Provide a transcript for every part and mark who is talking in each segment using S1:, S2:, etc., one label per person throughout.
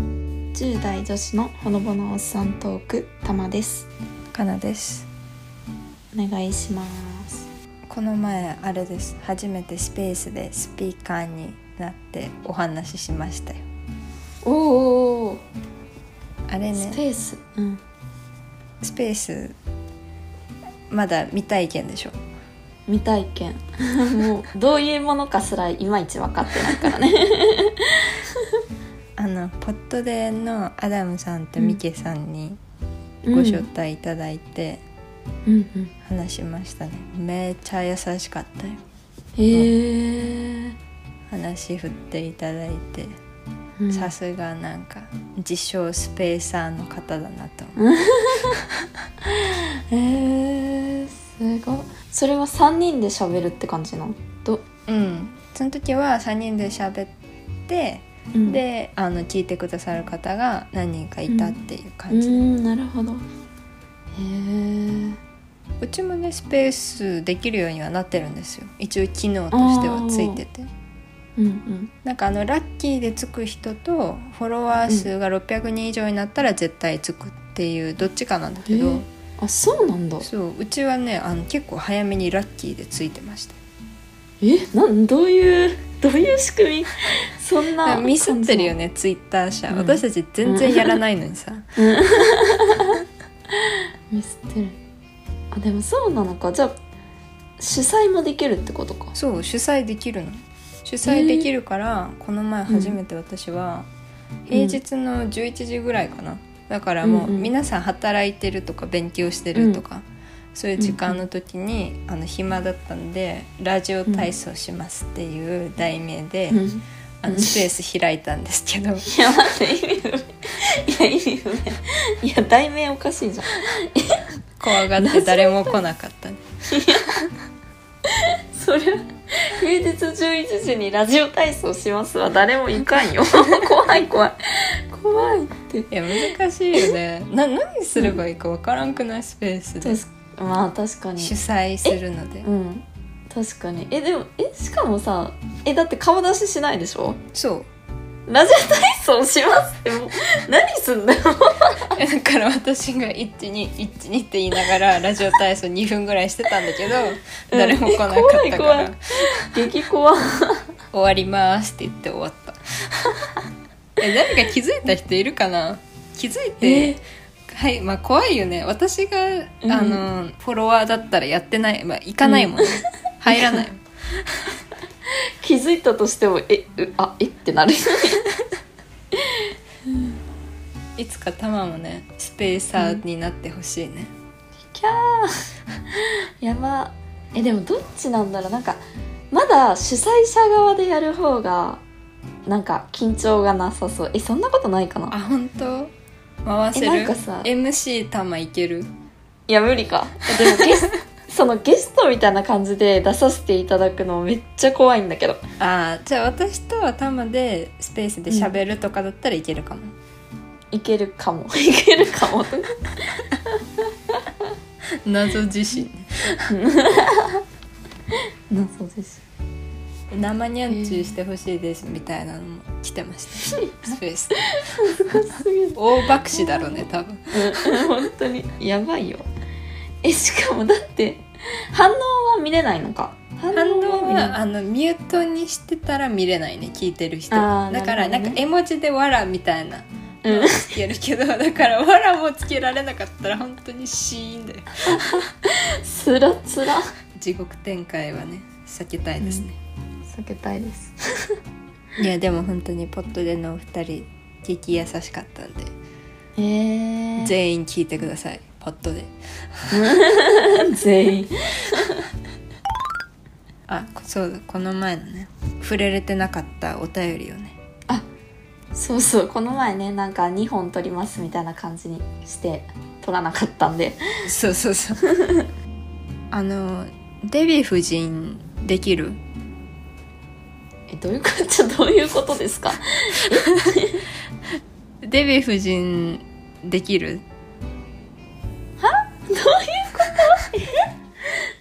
S1: 10代女子のほのぼのおっさんトークたまです
S2: かなです
S1: お願いします
S2: この前あれです初めてスペースでスピーカーになってお話ししましたよ
S1: おーおー
S2: あれ
S1: おース
S2: ね
S1: ペース、うん
S2: スペースまだ未体験でしょ
S1: 未体験 もうどういうものかすらいまいち分かってない からね
S2: あのポッドでのアダムさんと
S1: うん
S2: ミケさんにご招待いただいて
S1: うんうん
S2: 話しましたね、めっちゃ優しかったよ
S1: へえ、
S2: 話振っていただいて
S1: うん
S2: さすがなんか自称スペーサーの方だなと思う
S1: へえすごいそれは3人で喋るって感じなのど、
S2: うん、その時は3人で喋って、
S1: うん、
S2: であの聞いてくださる方が何人かいたっていう
S1: うー
S2: 感じ、うん
S1: なるほどへえ
S2: ちもねスペースできるようにはなってるんですよ一応機能としてはついてて
S1: うんうん
S2: なんかあのラッキーでつく人とフォロワー数が600人以上になったら絶対つくっていうどっちかなんだけど、
S1: へえあそうなんだ
S2: そううちはねあの結構早めにラッキーでついてました
S1: えなんどういうどういう仕組み そんな
S2: ミスってるよ
S1: ね
S2: ねツイッター社、
S1: うん
S2: 私たち全然やらないのにさ、
S1: ミスってるあでもそうなのかじゃあ主催もできるってことか
S2: そう主催できるの主催できるから、この前初めて私は、
S1: うん
S2: 平日の11時ぐらいかなだからもう、
S1: うんうん
S2: 皆さん働いてるとか勉強してるとか、そういう時間の時に、あの暇だったんで「ラジオ体操します」っていう題名で、
S1: うんい
S2: あのスペース開いたんですけど
S1: や待って意味不明いや意味不明いや題名おかしいじゃん
S2: 怖が って誰も来なかった、ね、
S1: それは平日11時にラジオ体操しますは誰もいか んよ怖い怖い怖いって
S2: いや難しいよねな何すればいいか分からんくないスペースで
S1: 確かまあ確かに
S2: 主催するので
S1: うん確かにえでもえしかもさえだって顔出ししないでしょ
S2: そう
S1: ラジオ体操しますって もう何すんだよ
S2: えだから私が1212って言いながらラジオ体操2分ぐらいしてたんだけど誰も来なかったか
S1: 怖い怖
S2: ら
S1: い激怖
S2: 「終わります」って言って終わった え誰か気づいた人いるかな気づいて、はいまあ怖いよね私が、
S1: うん
S2: あのフォロワーだったらやってない、まあ、行かないもんね、入 らない
S1: 気づいたとしてもえうあえって なる
S2: いつかタマもねスペーサーになってほしいね、
S1: キャーやばえでもどっちなんだろうなんかまだ主催者側でやる方がなんか緊張がなさそうえそんなことないかな
S2: あ本当回せる
S1: えなんかさ
S2: MC タマいける
S1: いや無理かでもゲス そのゲストみたいな感じで出させていただくのめっちゃ怖いんだけど
S2: あーじゃあ私と頭でスペースで喋るとかだったらいけるかも、
S1: いけるかも いけるかも
S2: 謎自身
S1: 謎です
S2: 生にゃんちゅうしてほしいですみたいなのも来てました、スペース
S1: すげえ
S2: 大爆死だろうね多分
S1: うん本当にやばいよえしかもだって反応は見れないのか反
S2: 反応
S1: 見れない
S2: はあのミュートにしてたら見れないね聞いてる人
S1: あー
S2: だから
S1: な
S2: な
S1: る
S2: ん
S1: ほどね
S2: か絵文字で「わら」みたいな
S1: うん
S2: つけるけど、だから「わら」もつけられなかったら本当にシーンだよ
S1: つらつら
S2: 地獄展開はね避けたいですね、
S1: 避けたいです
S2: いやでも本当にポットでのお二人激優しかったんで
S1: えー、
S2: 全員聞いてくださいポットで
S1: 全員
S2: あそうだこの前のね触れれてなかったお便りをね
S1: そうそうこの前ねなんか2本撮りますみたいな感じにして撮らなかったんで
S2: そうそうそうあのデヴィ夫人できる
S1: えどういうことちょどういうことですか
S2: デヴィ夫人できる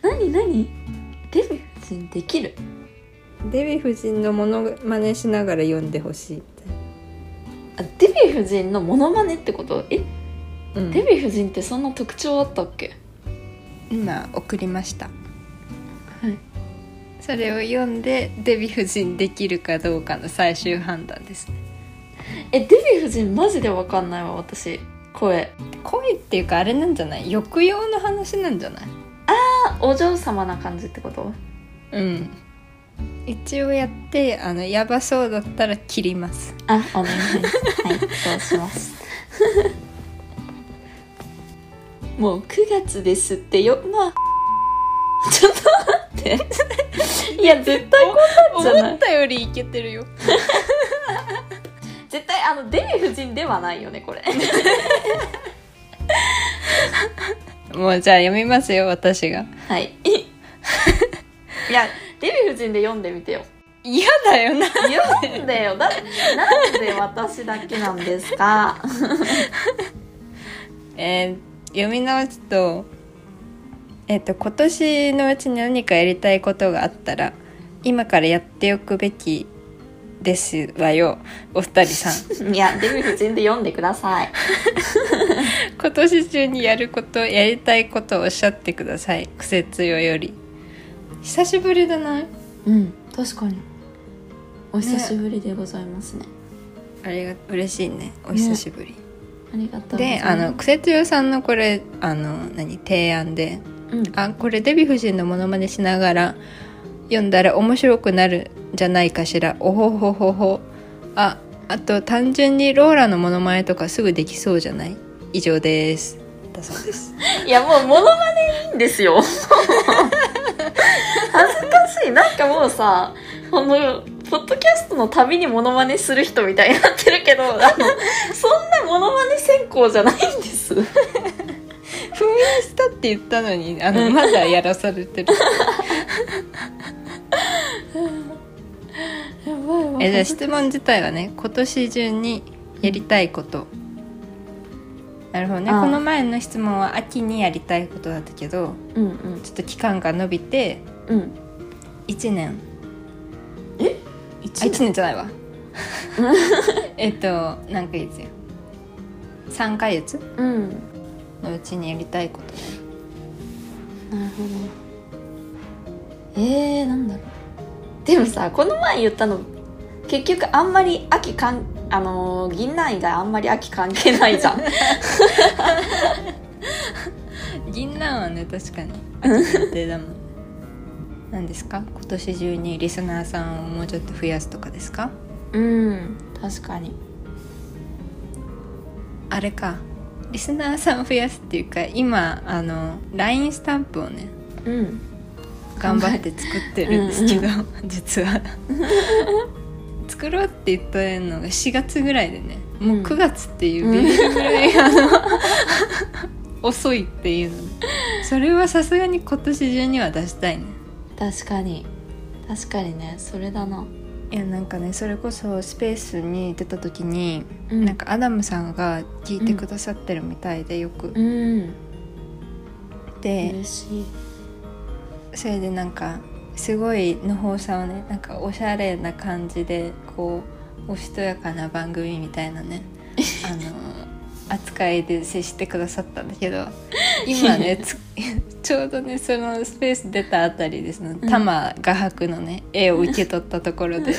S1: 何何デヴィ夫人できる
S2: デヴィ夫人のものまねしながら読んでほしい
S1: あデヴィ夫人のモノマネってことえ、
S2: うん
S1: デヴィ夫人ってそんな特徴あったっけ
S2: 今送りました
S1: はい
S2: それを読んでデヴィ夫人できるかどうかの最終判断ですね
S1: えデヴィ夫人マジでわかんないわ私声
S2: 恋っていうかあれなんじゃない抑揚の話なんじゃない
S1: あお嬢様な感じってこと
S2: うん一応やってあのやばそうだったら切ります
S1: あお願いしますはいそうします もう9月ですってよまあちょっと待っていや絶対こんなんじゃない
S2: 思ったよりいけてるよ
S1: 絶対あのデヴィ夫人ではないよねこれ
S2: もうじゃあ読みますよ私が
S1: はい いやデヴィ夫人で読んでみてよ
S2: 嫌だよな
S1: 読んでよだなんで私だけなんです か
S2: えー読み直すと,、えー、と今年のうちに何かやりたいことがあったら今からやっておくべきですわよお二人さん
S1: いやデヴィ夫人で読んでください
S2: 今年中にやることやりたいことをおっしゃってください癖強より久しぶりだない
S1: うん確かにお
S2: 久し
S1: ぶりでございますね
S2: あれが嬉しいねお久しぶり、
S1: ありがとう
S2: であの癖強さんのこれあの何提案で
S1: うん
S2: あこれデヴィ夫人のモノマネしながら読んだら面白くなるんじゃないかしらおほほほほああと単純にローラのモノマネとかすぐできそうじゃない以上ですだそうです
S1: いやもうモノマネいいんです よ恥ずかしいなんかもうさこのポッドキャストのたびにモノマネする人みたいになってるけどあのそんなモノマネ専攻じゃないんです
S2: 封印したって言ったのにあのまだやらされてる
S1: やばいわ
S2: えじゃあ質問自体はね今年中にやりたいことなるほどね
S1: ああ
S2: この前の質問は秋にやりたいことだったけど
S1: うんうん
S2: ちょっと期間が延びて
S1: うん
S2: 1年あ
S1: 一
S2: 1年じゃないわえっと何ヶ月よ3ヶ月
S1: うん
S2: のうちにやりたいことね
S1: なるほどえー、なんだろうでもさこの前言ったの結局あんまり秋かんあのー、銀杏以外あんまり秋関係ないじゃん
S2: 銀杏はね確かに秋限定だもん何ですか今年中にリスナーさんをもうちょっと増やすとかですか
S1: うん確かに
S2: あれかリスナーさんを増やすっていうか今あの LINE スタンプをね
S1: うん
S2: 頑張って作ってるんですけど実は作ろうって言ったのが4月ぐらいでねもう9月っていうビビるぐらい、あの遅いっていうのそれはさすがに今年中には出したいね
S1: 確かに確かにねそれだない
S2: やなんかねそれこそスペースに出た時に、
S1: うん
S2: なんかアダムさんが聞いてくださってるみたいでよく、
S1: うん
S2: で、
S1: 嬉しい
S2: それでなんかすごいのほうさんをねなんかおしゃれな感じでこうおしとやかな番組みたいなねあの扱いで接してくださったんだけど今ねつ ちょうどねそのスペース出たあたりでその
S1: ん
S2: 玉画伯のね絵を受け取ったところで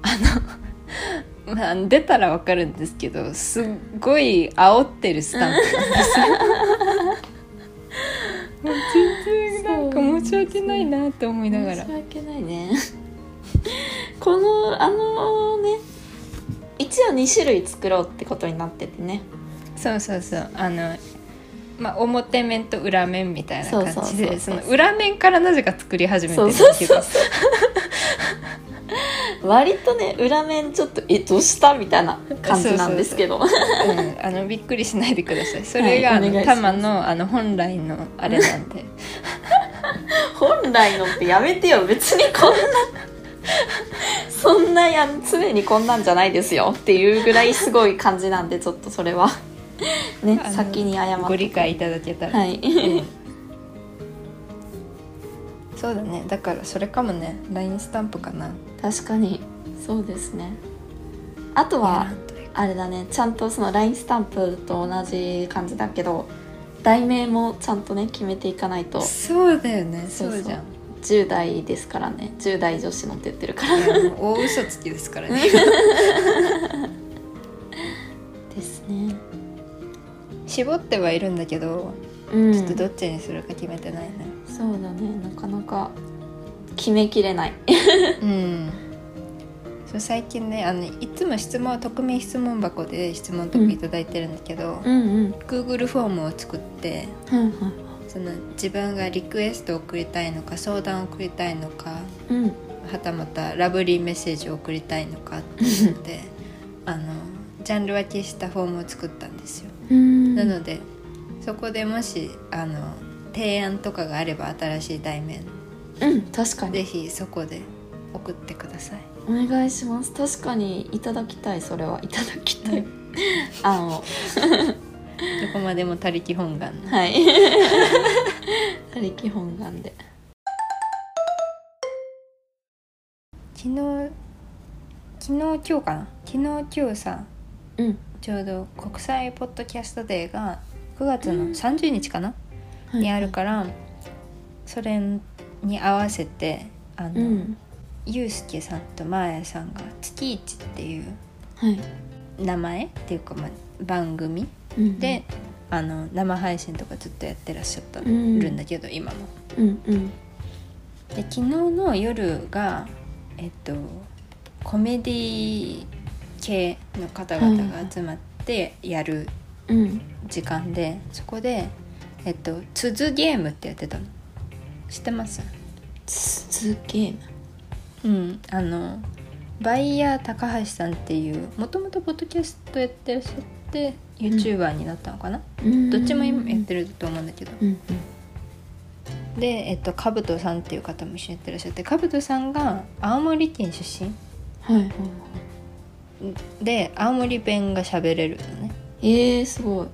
S2: あの、まあ、出たらわかるんですけどすっごい煽ってるスタンプなんですよ。もう全然なんか申し訳ないなって思いながら
S1: 申し訳ないね このあのね一応2種類作ろうってことになっててね
S2: そうそうそうあのまあ表面と裏面みたいな
S1: そう
S2: 感
S1: そう
S2: じ
S1: そうそう
S2: でその裏面からなぜか作り始めて
S1: そ
S2: る
S1: うんそう
S2: ですけ
S1: そ
S2: ど
S1: うそう割とね裏面ちょっとえどうしたみたいな感じなんですけど
S2: うんあのびっくりしないでくださいそれが、
S1: はい
S2: あ
S1: お願
S2: の
S1: いします
S2: 玉のあの本来のあれなんで
S1: 本来のってやめてよ別にこんなそんなや常にこんなんじゃないですよっていうぐらいすごい感じなんでちょっとそ れはね
S2: あの
S1: 先に謝っ
S2: ご
S1: て
S2: 理解いただけたら、
S1: はい
S2: うんそうだねだからそれかもね LINE スタンプかな
S1: 確かにそうですねあとは
S2: 選んどれか
S1: あれだねちゃんとその LINE スタンプと同じ感じだけど題名もちゃんとね決めていかないと
S2: そうだよね
S1: そ
S2: そう
S1: そう
S2: うじゃん
S1: 10代ですからね10代女子のって言ってるから
S2: いやもう大嘘つきですからね
S1: ですね
S2: 絞ってはいるんだけど、
S1: うん
S2: ちょっとどっちにするか決めてないね
S1: そうだねなかなか決めきれない
S2: うんそう最近ねあのいつも質問匿名質問箱で質問とかいただいてるんだけど、
S1: うんうん、
S2: Google フォームを作って
S1: うん
S2: その自分がリクエストを送りたいのか相談を送りたいのか
S1: うん
S2: はたまたラブリーメッセージを送りたいのかっていう のであのジャンル分けしたフォームを作ったんですよ。
S1: うん
S2: なのでそこでもしあの提案とかがあれば新しい題名
S1: うん確かに
S2: ぜひそこで送ってくだ さい。
S1: お願いします確かにいただきたいそれはいただきたい、
S2: う
S1: あの
S2: どこまでも他力本願な。
S1: はい他力本願で
S2: 昨日昨日今日かな昨日今日さ
S1: うん
S2: ちょうど国際ポッドキャストデーが9月の30日かな、
S1: はい
S2: にあるからそれに合わせてあの、
S1: うん
S2: ゆうすけさんとまあやさんが「月一」っていう
S1: はい、
S2: 名前っていうか、まあ、番組
S1: うん、
S2: で、あの生配信とかずっとやってらっしゃった、
S1: うん
S2: るんだけど今も。
S1: うんうん
S2: で昨日の夜がえっとコメディ系の方々が集まってやる
S1: うん
S2: 時間で、そこでえっと「鈴ゲーム」ってやってたの知ってます
S1: すげえな
S2: うんあのバイヤー高橋さんっていうもともとポッドキャストやってらっしゃって YouTuber になったのかな、どっちも今やってると思うんだけど
S1: うん
S2: でえっとかぶとさんっていう方も一緒にやってらっしゃってかぶとさんが青森県出身
S1: うんはいはい
S2: で青森弁が喋れるのね
S1: えー、すごい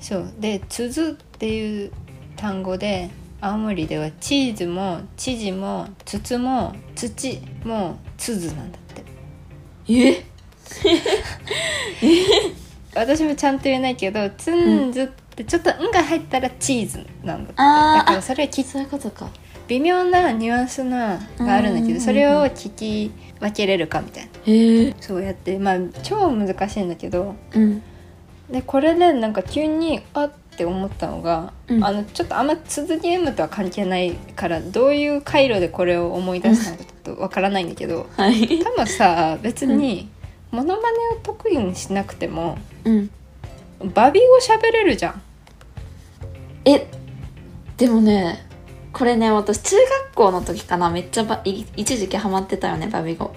S2: そうで「つづ」っていう単語で青森ではチーズも知事も筒も土もつづなんだって
S1: え
S2: 私もちゃんと言えないけど「つんず」ってちょっと「ん」が入ったらチーズなんだって
S1: あー
S2: だからそれはき
S1: そういうことか
S2: 微妙なニュアンスながあるんだけ
S1: うん
S2: どそれを聞き分けれるかみたいな
S1: へえ
S2: そうやってまあ超難しいんだけど
S1: うん
S2: でこれでなんか急にあって思ったのが、
S1: うん
S2: あのちょっとあんま続き M とは関係ないからどういう回路でこれを思い出したのかちょっとわからないんだけど
S1: はい
S2: 多分さ別にモノマネを得意にしなくても
S1: うん
S2: バビ語喋れるじゃん。
S1: えでもねこれね私中学校の時かなめっちゃばい一時期ハマってたよねバビ語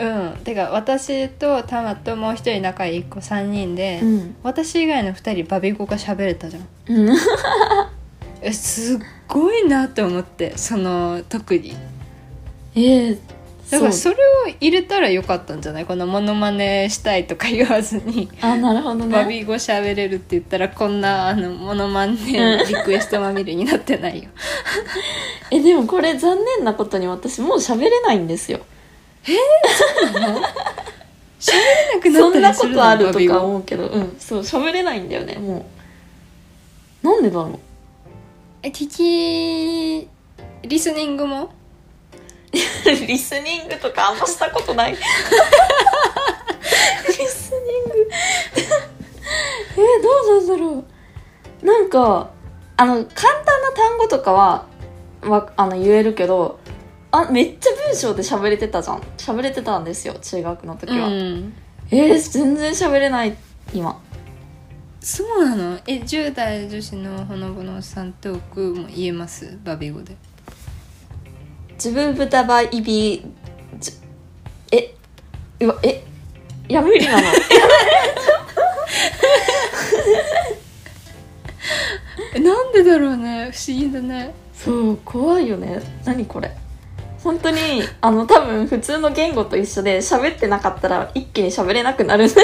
S2: うん、てか私とタマともう一人仲いい子3人で、
S1: うん
S2: 私以外の2人バビ語が喋れたじゃん。
S1: うん
S2: えすっごいなと思ってその特に。
S1: えー、
S2: だから
S1: そう
S2: それを入れたらよかったんじゃないこのモノマネしたいとか言わずに、
S1: あなるほど
S2: バ
S1: ね
S2: ビー語喋れるって言ったらこんなあのモノマネリクエストまみれになってないよ
S1: えでもこれ残念なことに私もう喋れないんですよ
S2: なく
S1: そん
S2: な
S1: な
S2: ったりす
S1: こ
S2: る
S1: とあるとか
S2: の
S1: 思うけどうんそう喋れないんだよねもうなんでだろう
S2: え聞きリスニングも
S1: リスニングとかあんましたことない。 リスニング。え、どうなんだろう。なんか、あの、簡単な単語とかは、わあの、言えるけど、あ、めっちゃ文章で喋れてたじゃん。喋れてたんですよ、中学の時は。
S2: ん
S1: えー全然喋れない、今。
S2: そうなのえ10代女子のほのぼのさんトークも言えますバビー語で
S1: 自分豚バイビー、じえ、うわ、え、いや、無理なの。
S2: えなんでだろうね不思議だね
S1: そう怖いよね何これ本当にあの多分普通の言語と一緒で喋ってなかったら一気に喋れなくなるね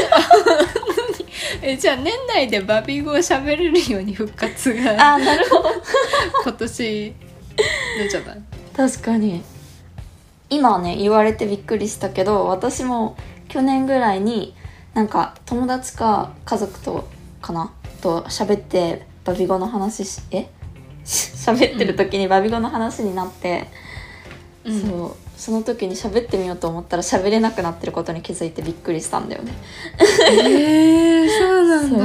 S2: えじゃあ年内でバビー語を喋れるように復活が
S1: あーなるほど
S2: 今年出ちゃった
S1: 確かに今ね言われてびっくりしたけど私も去年ぐらいになんか友達か家族とかなと喋ってバビ語の話しえ 喋ってる時にバビ語の話になって、
S2: うん
S1: そうその時に喋ってみようと思ったら喋れなくなってることに気づいてびっくりしたんだよね
S2: えー、そうなんだ
S1: そ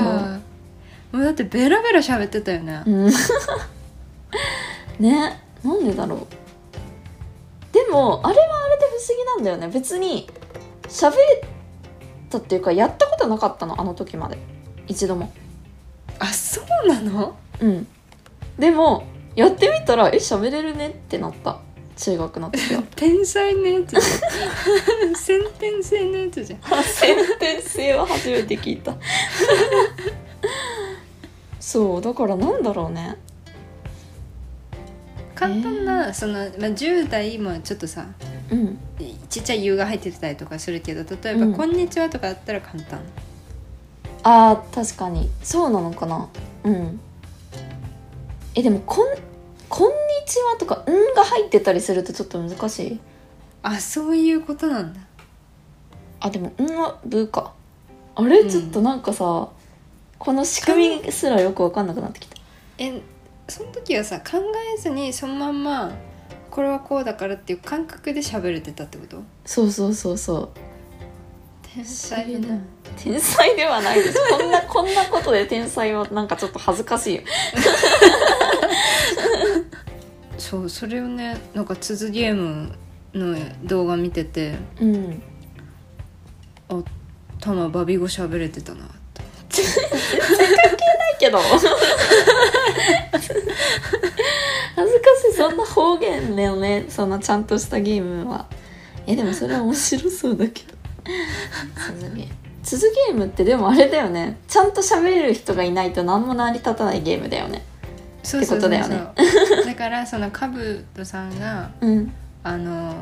S1: う
S2: もうだってベラベラ喋ってたよね、
S1: うん ねなんでだろうでもあれはあれで不思議なんだよね別に喋ったっていうかやったことなかったのあの時まで一度も
S2: あそうなの
S1: うんでもやってみたらえ喋れるねってなった中学の 時は
S2: 天才のやつじゃん 先天性のやつじゃん
S1: 先天性は初めて聞いた そうだからなんだろうね
S2: 簡単な、その、まあ、10代もちょっとさ
S1: うん
S2: ちっちゃい「U」が入ってたりとかするけど例えば
S1: う
S2: 「
S1: ん
S2: こんにちは」とかだったら簡単
S1: あー確かにそうなのかなうんえでもこん「こんにちは」とか「ん」が入ってたりするとちょっと難しい
S2: あそういうことなんだ
S1: あでも「ん」は「ぶ」かあれ、
S2: うん
S1: ちょっとなんかさこの仕組みすらよく分かんなくなってきた
S2: えその時はさ考えずにそのまんまこれはこうだからっていう感覚で喋れてたってこと
S1: そうそうそうそう
S2: 天才だ
S1: 不思
S2: な
S1: 議天才ではないですこんな こんなことで天才はなんかちょっと恥ずかしいよ
S2: そうそれをねなんか鈴ゲームの動画見てて
S1: うん
S2: あたまバビ語喋れてたなっ
S1: な
S2: て
S1: いけど恥ずかしいそんな方言だよねそんなちゃんとしたゲームはえでもそれは面白そうだけど鈴ゲーム鈴ゲームってでもあれだよねちゃんと喋れる人がいないと何も成り立たないゲームだよね
S2: そう
S1: そうそうそうってことだ
S2: ね だからそのカブトさんが
S1: うん
S2: あの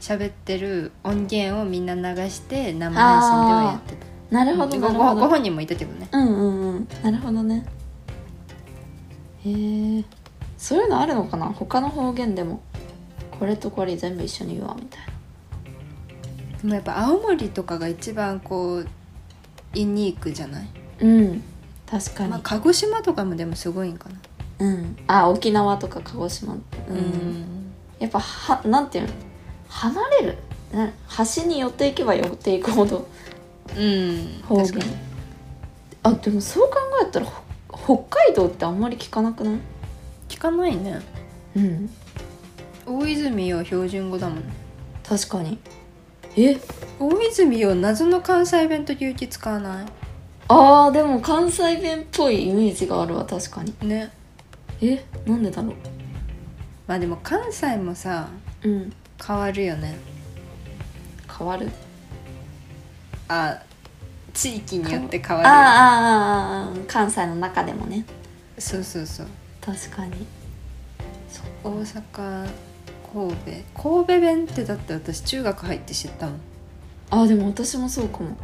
S2: 喋ってる音源をみんな流して生配信ではやってた
S1: なるほどな
S2: ご
S1: る
S2: ご
S1: ほ
S2: ご
S1: ど
S2: 本人もいたけどね
S1: うんうんうんなるほどねへえそういうのあるのかな他の方言でもこれとこれ全部一緒に言うわみたいな
S2: でもやっぱ青森とかが一番こうユニークじゃない、
S1: うん確かに、
S2: まあ、鹿児島とかもでもすごいんかな
S1: うん、あ沖縄とか鹿児島、う
S2: うん
S1: やっぱはなんていうの離れるな端に寄っていけば寄っていくほど
S2: うん
S1: 方
S2: 確か
S1: 言
S2: に
S1: あでもそう考えたらほ北海道ってあんまり聞かなくない
S2: 聞かないね
S1: うん
S2: 大泉洋標準語だもん
S1: 確かにえ
S2: 大泉洋謎の関西弁と勇気使わな
S1: あーでも関西弁っぽいイメージがあるわ確かに
S2: いね
S1: えなんでだろ
S2: まあでも関西もさ
S1: ううん
S2: 変わるよね
S1: 変わる
S2: あ地域によって変
S1: あ
S2: わ
S1: ー
S2: るよ
S1: あ
S2: ね
S1: ーあーあー関西の中でもね
S2: そうそうそう
S1: 確かにそ
S2: 大
S1: う
S2: 阪神戸神戸弁ってだって私中学入って知ったもん
S1: あーでも私もそうかも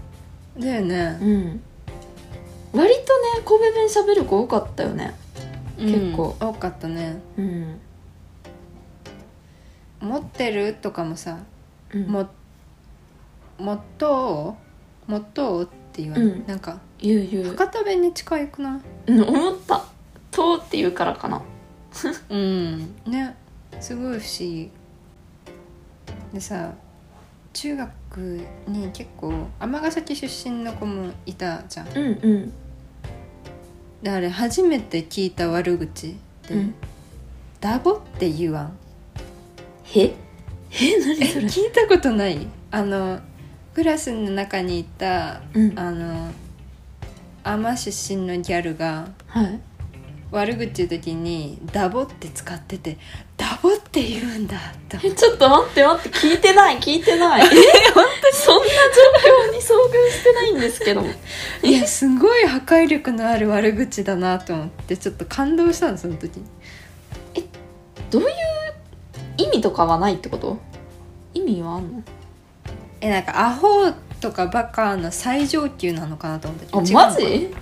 S2: だよね、
S1: うん割とね神戸弁喋る子多かったよね結構
S2: 多かったね
S1: うん、
S2: 「持ってる?」とかもさ
S1: うん
S2: 「ももっとうもっとう?」って言わない、
S1: うん
S2: なんか
S1: 言う言う、
S2: 博多弁に近いくない
S1: うん、思った「と」って言うからかな
S2: うんねすごい不思議でさ中学に結構尼崎出身の子もいたじゃん
S1: うんうん
S2: であれ初めて聞いた悪口で、
S1: うん
S2: ダボって言わん
S1: へえ何それ
S2: 聞いたことないあのクラスの中にいた
S1: うん
S2: あの尼出身のギャルが
S1: はい
S2: 悪口言う時に「ダボ」って使ってて「ダボ」って言うんだって
S1: えちょっと待って待って聞いてない聞いてない えそんな状況に遭遇してないんですけど
S2: いやすごい破壊力のある悪口だなと思ってちょっと感動したのその時
S1: どういう意味とかはないってこと意味はあんの
S2: えなんかアホとかバカの最上級なのかなと思ったけど
S1: あ
S2: 違うのかな
S1: マジ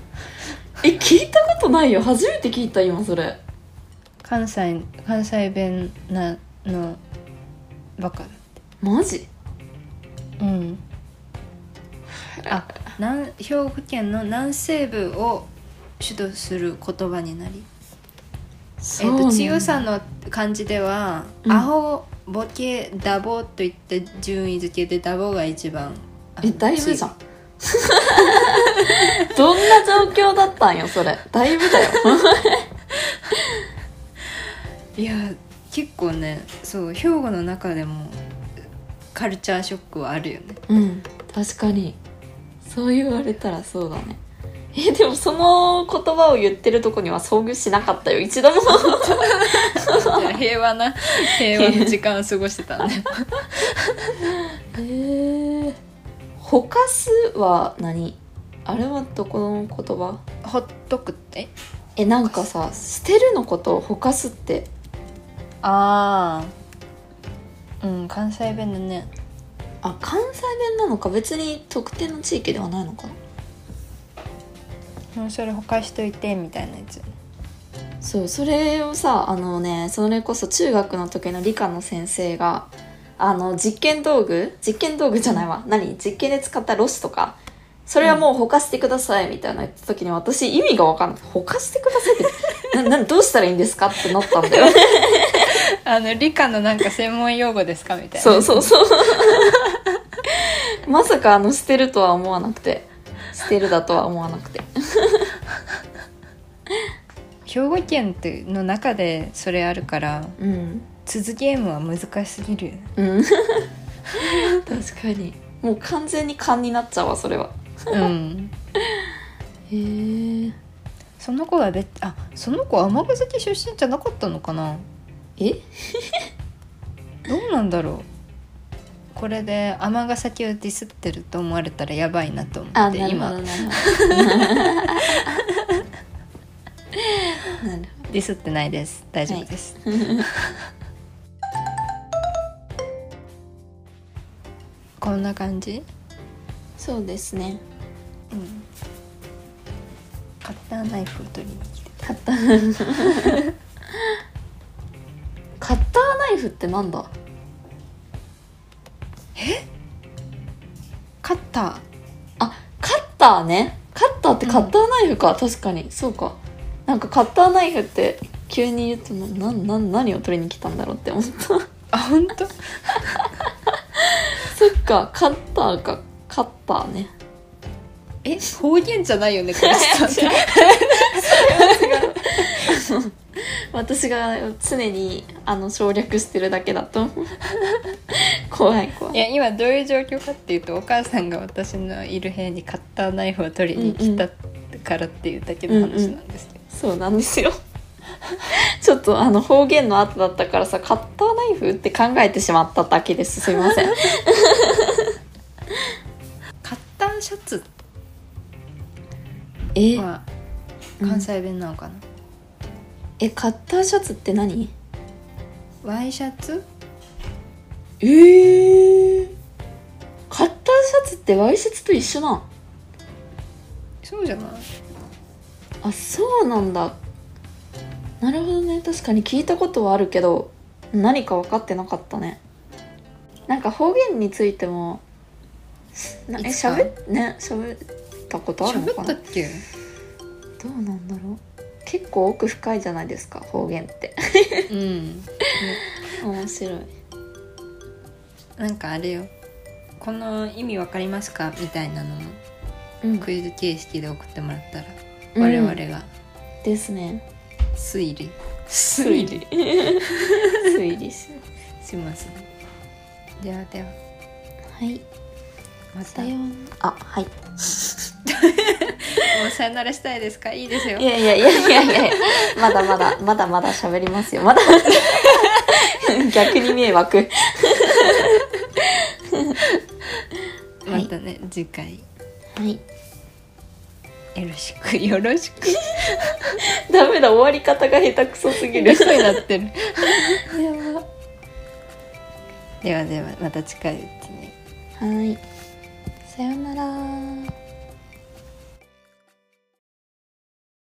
S1: え聞いたことないよ初めて聞いた今それ
S2: 関西関西弁なのバカだ
S1: マジ
S2: うんあ南兵庫県の南西部を主導する言葉になり、え
S1: そう
S2: ー、
S1: なん
S2: と
S1: だ
S2: 強さの漢字では、
S1: うん
S2: アホボケダボといって順位付けでダボが一番あの
S1: えだいぶじゃ
S2: 強
S1: ん どんな状況だったんよそれだいぶだよ
S2: いいや結構ねそう兵庫の中でもカルチャーショックはあるよ ね
S1: うん確かにそう言われたらそうだねえでもその言葉を言ってるとこには遭遇しなかったよ一度も
S2: 平和な平和な時間を過ごしてた ね
S1: へえほかすは何あれはどこの言葉
S2: ほっとくって
S1: えなんかさ捨てるのことをほかすって
S2: ああうん関西弁だね
S1: あ関西弁なのか別に特定の地域ではないのかな
S2: もうそれほかしといてみたいなやつ
S1: そうそれをさあのねそれこそ中学の時の理科の先生があの実験道具実験道具じゃないわ何実験で使ったロスとかそれはもうほかしてくださいみたいなの言った時に私意味が分かんないほかしてくださいって ななどうしたらいいんですかってなったんだよね
S2: あの理科のなんか専門用語ですかみたい な
S1: そうそうそう まさかあの捨てるとは思わなくて捨てるだとは思わなくて
S2: 兵庫県っての中でそれあるから
S1: うん
S2: 続ゲームは難しすぎるよね
S1: うん 確かにもう完全に勘になっちゃうわそれは
S2: うん
S1: へえ
S2: その子は別あその子は尼崎出身じゃなかったのかな
S1: え
S2: どうなんだろうこれで尼崎をディスってると思われたらやばいなと思
S1: あ
S2: って
S1: なるほどな
S2: 今
S1: るほどなる
S2: ディスってないです大丈夫です、こんな感じ、
S1: そうですね
S2: うん、カッターナイフを取りに来て
S1: カッターカッターナイフってなんだ
S2: カッター
S1: あカッターねカッターってカッターナイフか、確かにそうかなんかカッターナイフって急に言ってもなな何を取りに来たんだろうって思った
S2: あ本当
S1: そっかカッターかカッターね
S2: え方言じゃないよねこれ
S1: 私が常にあの省略してるだけだと思う 怖い怖
S2: い
S1: い
S2: や今どういう状況かっていうとお母さんが私のいる部屋にカッターナイフを取りに来たからっていうだけの話なんですけど、
S1: そうなんですよ ちょっとあの方言の後だったからさカッターナイフって考えてしまっただけですすいません
S2: カッターシャツ
S1: え
S2: は
S1: うん
S2: 関西弁なのかな、
S1: えカッターシャツって何
S2: ワイシャツ
S1: えー、カッターシャツってワイシャツと一緒なん
S2: そうじゃない
S1: あそうなんだなるほどね確かに聞いたことはあるけど何か分かってなかったねなんか方言についてもなえ
S2: いつ
S1: し
S2: か
S1: ゃべねしったことあるの
S2: 喋
S1: か
S2: っ
S1: な
S2: たっ
S1: ど
S2: け
S1: うなんだろう結構奥深いじゃないですか方言って
S2: うん
S1: 面白い
S2: なんかあれよこの意味わかりますかみたいなのも
S1: うん
S2: クイズ形式で送ってもらったら、
S1: うん
S2: 我々が
S1: ですね
S2: 推理
S1: 推理推理し
S2: しますねではでは
S1: はい
S2: ま
S1: さ
S2: た
S1: よう
S2: も
S1: なあはいう
S2: さよならしたいですかいいですよ
S1: いやいやいやいやいやいやまだまだまだまだ喋りますよま だ逆に迷惑
S2: またね次回
S1: はい
S2: よろしくよろしく
S1: ダメだ終わり方が下手くそすぎる
S2: 嘘にな ってる
S1: やば
S2: ではではまた近いうちに
S1: はいさようなら